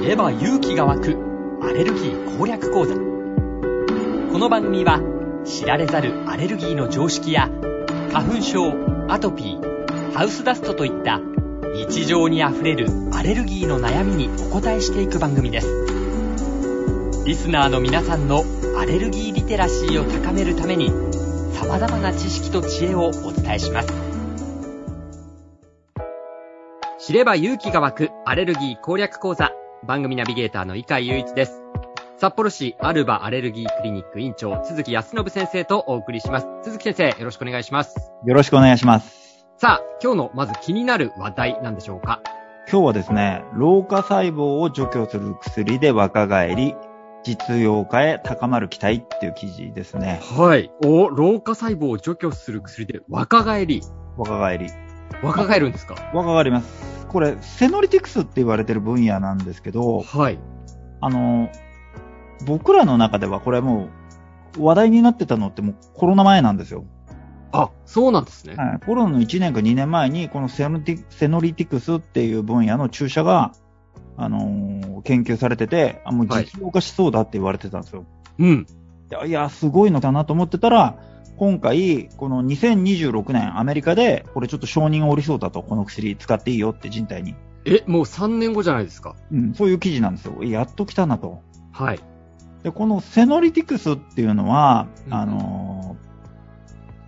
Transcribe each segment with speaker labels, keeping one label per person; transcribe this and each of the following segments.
Speaker 1: 知れば勇気が湧くアレルギー攻略講座この番組は知られざるアレルギーの常識や花粉症アトピーハウスダストといった日常にあふれるアレルギーの悩みにお答えしていく番組ですリスナーの皆さんのアレルギーリテラシーを高めるために様々な知識と知恵をお伝えします知れば勇気が湧くアレルギー攻略講座番組ナビゲーターの井海祐一です札幌市アルバアレルギークリニック院長鈴木康信先生とお送りします鈴木先生よろしくお願いします
Speaker 2: よろしくお願いします。
Speaker 1: さあ今日のまず気になる話題なんでしょうか
Speaker 2: 今日はですね、老化細胞を除去する薬で若返り、実用化へ高まる期待っていう記事ですね。
Speaker 1: はいお老化細胞を除去する薬で若返り
Speaker 2: 若返り。
Speaker 1: 若返るんですか
Speaker 2: 若返ります。これ、セノリティクスって言われてる分野なんですけど、
Speaker 1: はい
Speaker 2: あの、僕らの中ではこれもう話題になってたのってもうコロナ前なんですよ。
Speaker 1: あそうなんですね
Speaker 2: はい、コロナの1年か2年前に、このセノリティセノリティクスっていう分野の注射が、あのー研究されてて、あもう実用化しそうだって言われてたんですよ。
Speaker 1: うん
Speaker 2: いや、いやすごいのだなと思ってたら、今回、この2026年、アメリカで、これちょっと承認がおりそうだと、この薬使っていいよって人体に。
Speaker 1: えもう3年後じゃないですか
Speaker 2: うん、そういう記事なんですよ。やっと来たなと。
Speaker 1: はい
Speaker 2: で、このセノリティクスっていうのは、
Speaker 1: うん
Speaker 2: あの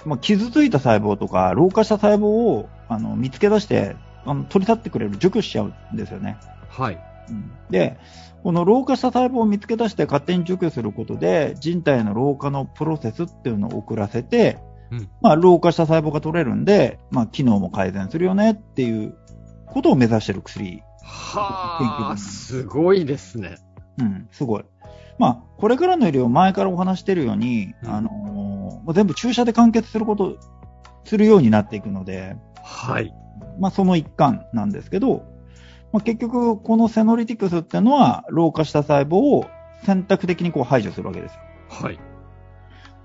Speaker 2: ーまあ、傷ついた細胞とか、老化した細胞を、あの、見つけ出して、あの、取り去ってくれる、除去しちゃうんですよね。
Speaker 1: はい
Speaker 2: で、この老化した細胞を見つけ出して勝手に除去することで、人体の老化のプロセスっていうのを遅らせて、
Speaker 1: うん
Speaker 2: まあ、老化した細胞が取れるんで、まあ、機能も改善するよねっていうことを目指してる薬。
Speaker 1: はあ、すごいですね。
Speaker 2: うん、すごい。まあ、これからの医療、前からお話してるように、
Speaker 1: うん
Speaker 2: あのーまあ全部注射で完結すること、するようになっていくので、
Speaker 1: はい。
Speaker 2: まあ、その一環なんですけど、まあ、結局、このセノリティクスっていうのは、老化した細胞を選択的にこう排除するわけですよ。
Speaker 1: はい。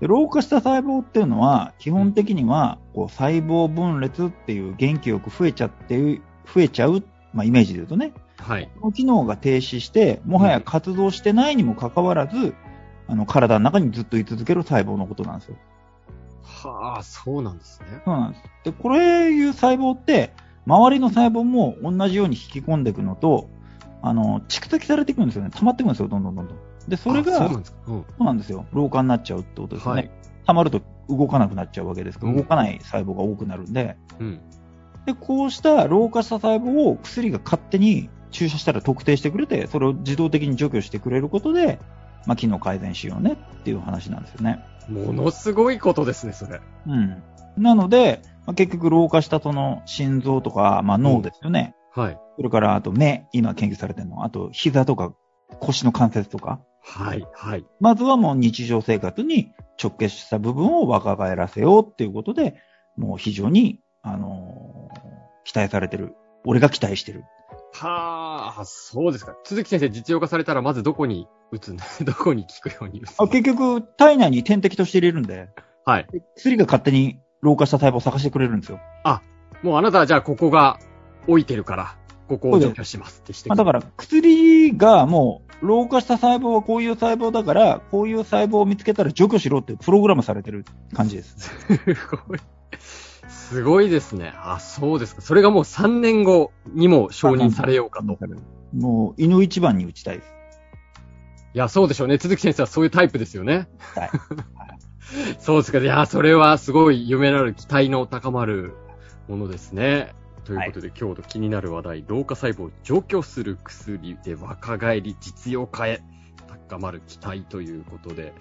Speaker 2: で老化した細胞っていうのは、基本的には、こう、細胞分裂っていう元気よく増えちゃってる、増えちゃう、まあ、イメージで言うとね、
Speaker 1: はい。
Speaker 2: この機能が停止して、もはや活動してないにもかかわらず、あの、体の中にずっと居続ける細胞のことなんですよ。
Speaker 1: はあ、そうなんですね。
Speaker 2: そうなんです。で、これいう細胞って、周りの細胞も同じように引き込んでいくのと、あの、蓄積されていくんですよね。溜まっていくんですよ、どんどんどんどん。で、それ
Speaker 1: あ
Speaker 2: が、
Speaker 1: そう
Speaker 2: そ
Speaker 1: なんですか。うん。
Speaker 2: うなんですよ。老化になっちゃうってことですね。
Speaker 1: はい。
Speaker 2: 溜まると動かなくなっちゃうわけですけど、
Speaker 1: うん
Speaker 2: 動かない細胞が多くなるんで、
Speaker 1: うん。
Speaker 2: で、こうした老化した細胞を薬が勝手に注射したら特定してくれて、それを自動的に除去してくれることで、まあ、機能改善しようねっていう話なんですよね。
Speaker 1: ものすごいことですね、それ。
Speaker 2: うん。なので、まあ、結局老化したその心臓とか、まあ、脳ですよね。
Speaker 1: はい。
Speaker 2: それからあと目、今研究されてるの。あと膝とか腰の関節とか。
Speaker 1: はい。はい。
Speaker 2: まずはもう日常生活に直結した部分を若返らせようっていうことで、もう非常に、あのー期待されてる。俺が期待してる。
Speaker 1: はあ、そうですか。鈴木先生、実用化されたら、まずどこに打つんだ どこに効くように打つ
Speaker 2: あ
Speaker 1: んだ
Speaker 2: 結局、体内に点滴として入れるんで、
Speaker 1: はい。
Speaker 2: 薬が勝手に老化した細胞を探してくれるんですよ。
Speaker 1: もうあなたはじゃあ、ここが置いてるから、ここを除去しますってして。
Speaker 2: まあ、だからら薬がもう老化した細胞はこういう細胞だから、こういう細胞を見つけたら除去しろってプログラムされてる感じです。
Speaker 1: すごい。すごいですね。あ、そうですか。それがもう3年後にも承認されようかと。
Speaker 2: もう、胃の一番に打ちたいです。
Speaker 1: いや、そうでしょうね。鈴木先生はそういうタイプですよね。
Speaker 2: はい。
Speaker 1: そうですか。いや、それはすごい夢のある期待の高まるものですね。ということで、今日の気になる話題、老化細胞を除去する薬で若返り実用化へ高まる期待ということで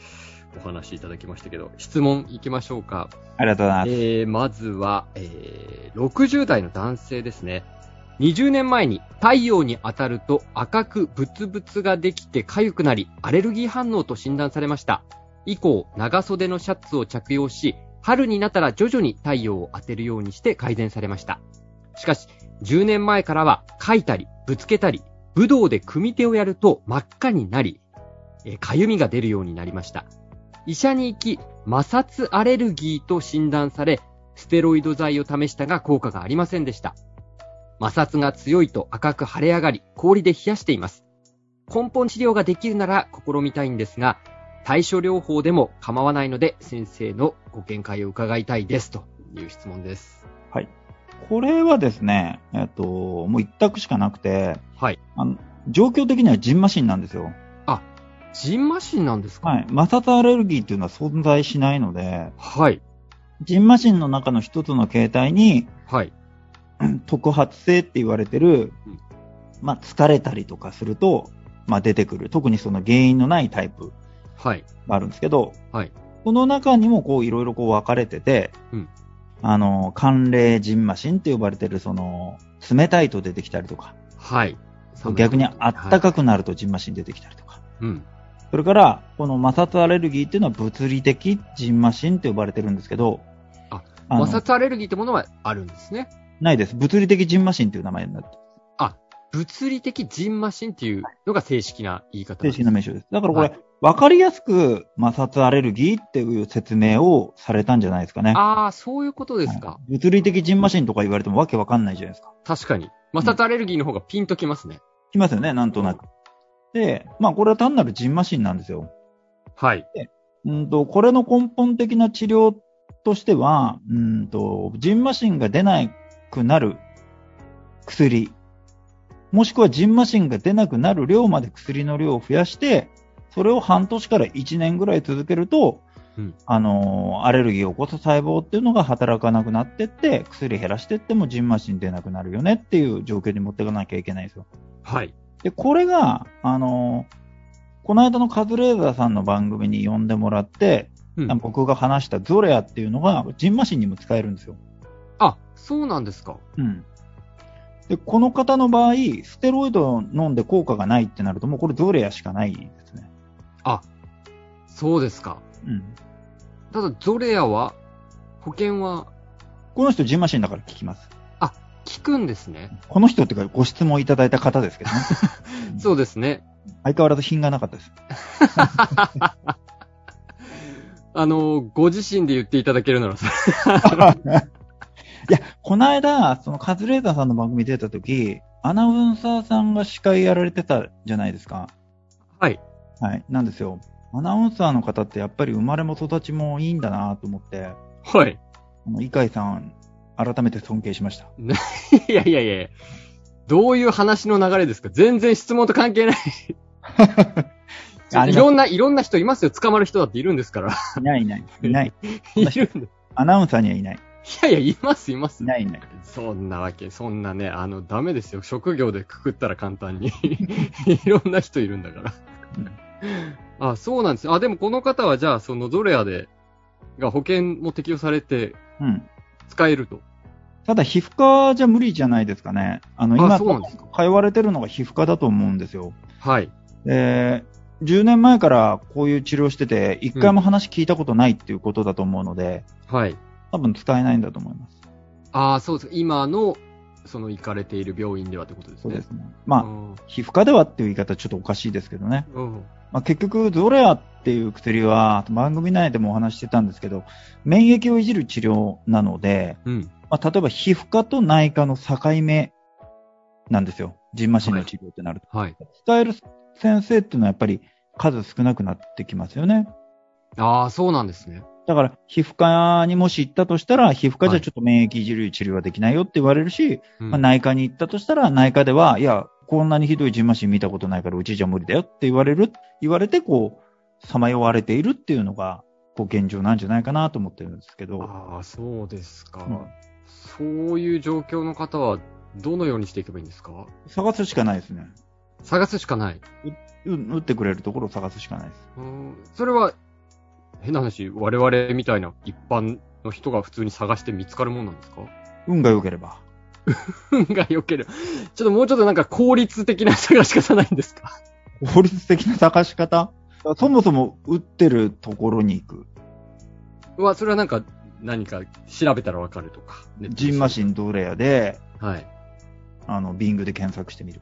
Speaker 1: お話しいただきましたけど、質問いきましょうか。
Speaker 2: ありがとうございます。
Speaker 1: えーまずは、えー60代の男性ですね。20年前に太陽に当たると赤くブツブツができて痒くなり、アレルギー反応と診断されました。以降、長袖のシャツを着用し、春になったら徐々に太陽を当てるようにして改善されました。しかし、10年前からは、書いたり、ぶつけたり、武道で組手をやると真っ赤になり、えー痒みが出るようになりました。医者に行き、摩擦アレルギーと診断され、ステロイド剤を試したが効果がありませんでした。摩擦が強いと赤く腫れ上がり、氷で冷やしています。根本治療ができるなら試みたいんですが、対処療法でも構わないので、先生のご見解を伺いたいです。という質問です。
Speaker 2: これはですね、えっと、もう一択しかなくて、
Speaker 1: はい。
Speaker 2: あの状況的にはジンマシンなんですよ。
Speaker 1: ジンマシンなんですか
Speaker 2: はい。摩擦アレルギーっていうのは存在しないので、
Speaker 1: はい。
Speaker 2: ジンマシンの中の一つの形態に、
Speaker 1: はい。
Speaker 2: 特発性って言われてる
Speaker 1: うん、
Speaker 2: まあ、疲れたりとかすると、まあ、出てくる。特にその原因のないタイプ
Speaker 1: はい。
Speaker 2: があるんですけど、
Speaker 1: はい。
Speaker 2: この中にもこう、いろいろこう分かれてて、
Speaker 1: うん
Speaker 2: あの、寒冷ジンマシンって呼ばれてる、その、冷たいと出てきたりとか、
Speaker 1: はい。
Speaker 2: 逆にあった
Speaker 1: は
Speaker 2: かくなるとジンマシン出てきたりとか。
Speaker 1: いうん。
Speaker 2: それから、この摩擦アレルギーっていうのは物理的ジンマシンって呼ばれてるんですけど、
Speaker 1: あ
Speaker 2: あの
Speaker 1: 摩擦アレルギーってものはあるんですね。
Speaker 2: ないです。物理的ジンマシンっていう名前になって、
Speaker 1: 物理的ジンマシンっていうのが正式な言い方なん
Speaker 2: 正
Speaker 1: です
Speaker 2: 式な名称です。だからこ
Speaker 1: は
Speaker 2: れ、わかりやすく摩擦アレルギーっていう説明をされたんじゃないですかね。
Speaker 1: ああ、そういうことですか。
Speaker 2: 物理的ジンマシンとか言われてもわけわかんないじゃないですか。
Speaker 1: 確かに。摩擦アレルギーの方がピンときますね。
Speaker 2: きますよね、なんとなく。で、まあこれは単なるジンマシンなんですよ。
Speaker 1: はい。
Speaker 2: うんと、これの根本的な治療としては、うんと、ジンマシンが出なくなる薬、もしくはジンマシンが出なくなる量まで薬の量を増やして、それを半年から1年ぐらい続けると、
Speaker 1: うん
Speaker 2: あのー、アレルギーを起こす細胞っていうのが働かなくなってって、薬減らしてってもジンマシン出なくなるよねっていう状況に持っていかなきゃいけないんですよ。
Speaker 1: はい。
Speaker 2: で、これが、あのーこの間のカズレーザーさんの番組に呼んでもらって、
Speaker 1: うん
Speaker 2: 僕が話したゾレアっていうのが、ジンマシンにも使えるんですよ。
Speaker 1: あ、そうなんですか。
Speaker 2: うん。で、この方の場合、ステロイドを飲んで効果がないってなると、もうこれゾレアしかないですね。
Speaker 1: そうですか。
Speaker 2: うん。
Speaker 1: ただ、ゾレアは、保険は
Speaker 2: この人ジンマシンだから聞きます。
Speaker 1: 効くんですね。
Speaker 2: この人っていうかご質問いただいた方ですけ どね。うん
Speaker 1: そうですね。
Speaker 2: 相変わらず品がなかったです。
Speaker 1: あの、ご自身で言っていただけるならさ。
Speaker 2: いや、この間、そのカズレーザーさんの番組出た時、アナウンサーさんが司会やられてたじゃないですか。
Speaker 1: はい。
Speaker 2: はい。なんですよ。アナウンサーの方ってやっぱり生まれも育ちもいいんだなと思って、
Speaker 1: はい。
Speaker 2: あの、イカイさん、改めて尊敬しました。
Speaker 1: いやいやいやどういう話の流れですか全然質問と関係 ない。
Speaker 2: あり
Speaker 1: い
Speaker 2: ま
Speaker 1: ろんな、いろんな人いますよ。捕まる人だっているんですから。
Speaker 2: すいないいない。い ない。
Speaker 1: いるんで。い
Speaker 2: アナウンサーにはいない。
Speaker 1: やいや、います、います
Speaker 2: い。ないいない。
Speaker 1: そんなわけ、そんなね、あの、ダメですよ。職業でくくったら簡単に。 いろんな人いるんだから。あ、そうなんです。あ、でもこの方はじゃあ、そのゾレアで、が保険も適用されて
Speaker 2: うん。
Speaker 1: 使えると。
Speaker 2: ただ、皮膚科じゃ無理じゃないですかね。あの、今、
Speaker 1: あ、そうなんですか。
Speaker 2: 通われてるのが皮膚科だと思うんですよ。
Speaker 1: はい。
Speaker 2: で、10年前からこういう治療してて、一回も話聞いたことないっていうことだと思うので、
Speaker 1: はい。
Speaker 2: 多分使えないんだと思います。
Speaker 1: あ、そうです。今の、その行かれている病院ではってことですね。
Speaker 2: そうですね。
Speaker 1: う
Speaker 2: まあ、
Speaker 1: ん。
Speaker 2: 皮膚科ではっていう言い方ちょっとおかしいですけどね。
Speaker 1: うん。
Speaker 2: まあ、結局、ゾレアっていう薬は、番組内でもお話ししてたんですけど、免疫をいじる治療なので、
Speaker 1: うん。
Speaker 2: まあ、例えば皮膚科と内科の境目なんですよ。ジンマシンの治療ってなると。
Speaker 1: はい。
Speaker 2: 使える先生っていうのはやっぱり数少なくなってきますよね。
Speaker 1: ああ、そうなんですね。
Speaker 2: だから、皮膚科にもし行ったとしたら、皮膚科じゃちょっと免疫いじる治療はできないよって言われるし、
Speaker 1: うん
Speaker 2: まあ、内科に行ったとしたら、内科では、いや、こんなにひどいジンマシン見たことないから、うちじゃ無理だよって言われる、言われて、こう、さまよわれているっていうのが、こう、現状なんじゃないかなと思ってるんですけど、
Speaker 1: ああ、そうですか、
Speaker 2: うん
Speaker 1: そういう状況の方は、どのようにしていけばいいんですか
Speaker 2: 探すしかないですね。
Speaker 1: 探すしかない。
Speaker 2: う打ってくれるところを探すしかないです。
Speaker 1: うんそれは、変な話、我々みたいな一般の人が普通に探して見つかるもんなんですか
Speaker 2: 運が良ければ。
Speaker 1: 運 が良ければ。ちょっともうちょっとなんか効率的な探し方ないんです か
Speaker 2: 法律的な探し方そもそも打ってるところに行く。
Speaker 1: は、それはなんか、何か調べたらわかるとか。
Speaker 2: ジンマシ
Speaker 1: ン。
Speaker 2: ンどれやで、
Speaker 1: はい。
Speaker 2: あの、ビングで検索してみる。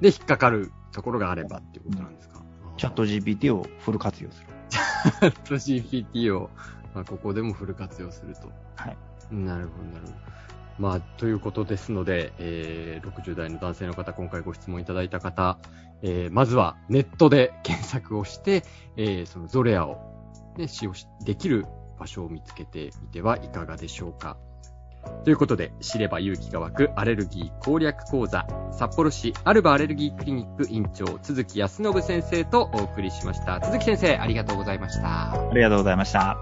Speaker 1: で、引っかかるところがあればっていうことなんですか、
Speaker 2: チャット GPT をフル活用する。
Speaker 1: チャット GPT を、まあ、ここでもフル活用すると。
Speaker 2: はい。
Speaker 1: なるほど、なるほど。まあ、ということですので、えー60代の男性の方、今回ご質問いただいた方、えーまずはネットで検索をして、えーそのゾレアを、ね、使用しできる場所を見つけてみてはいかがでしょうか。ということで、知れば勇気が湧くアレルギー攻略講座、札幌市アルバアレルギークリニック院長、鈴木康信先生とお送りしました。鈴木先生、ありがとうございました。
Speaker 2: ありがとうございました。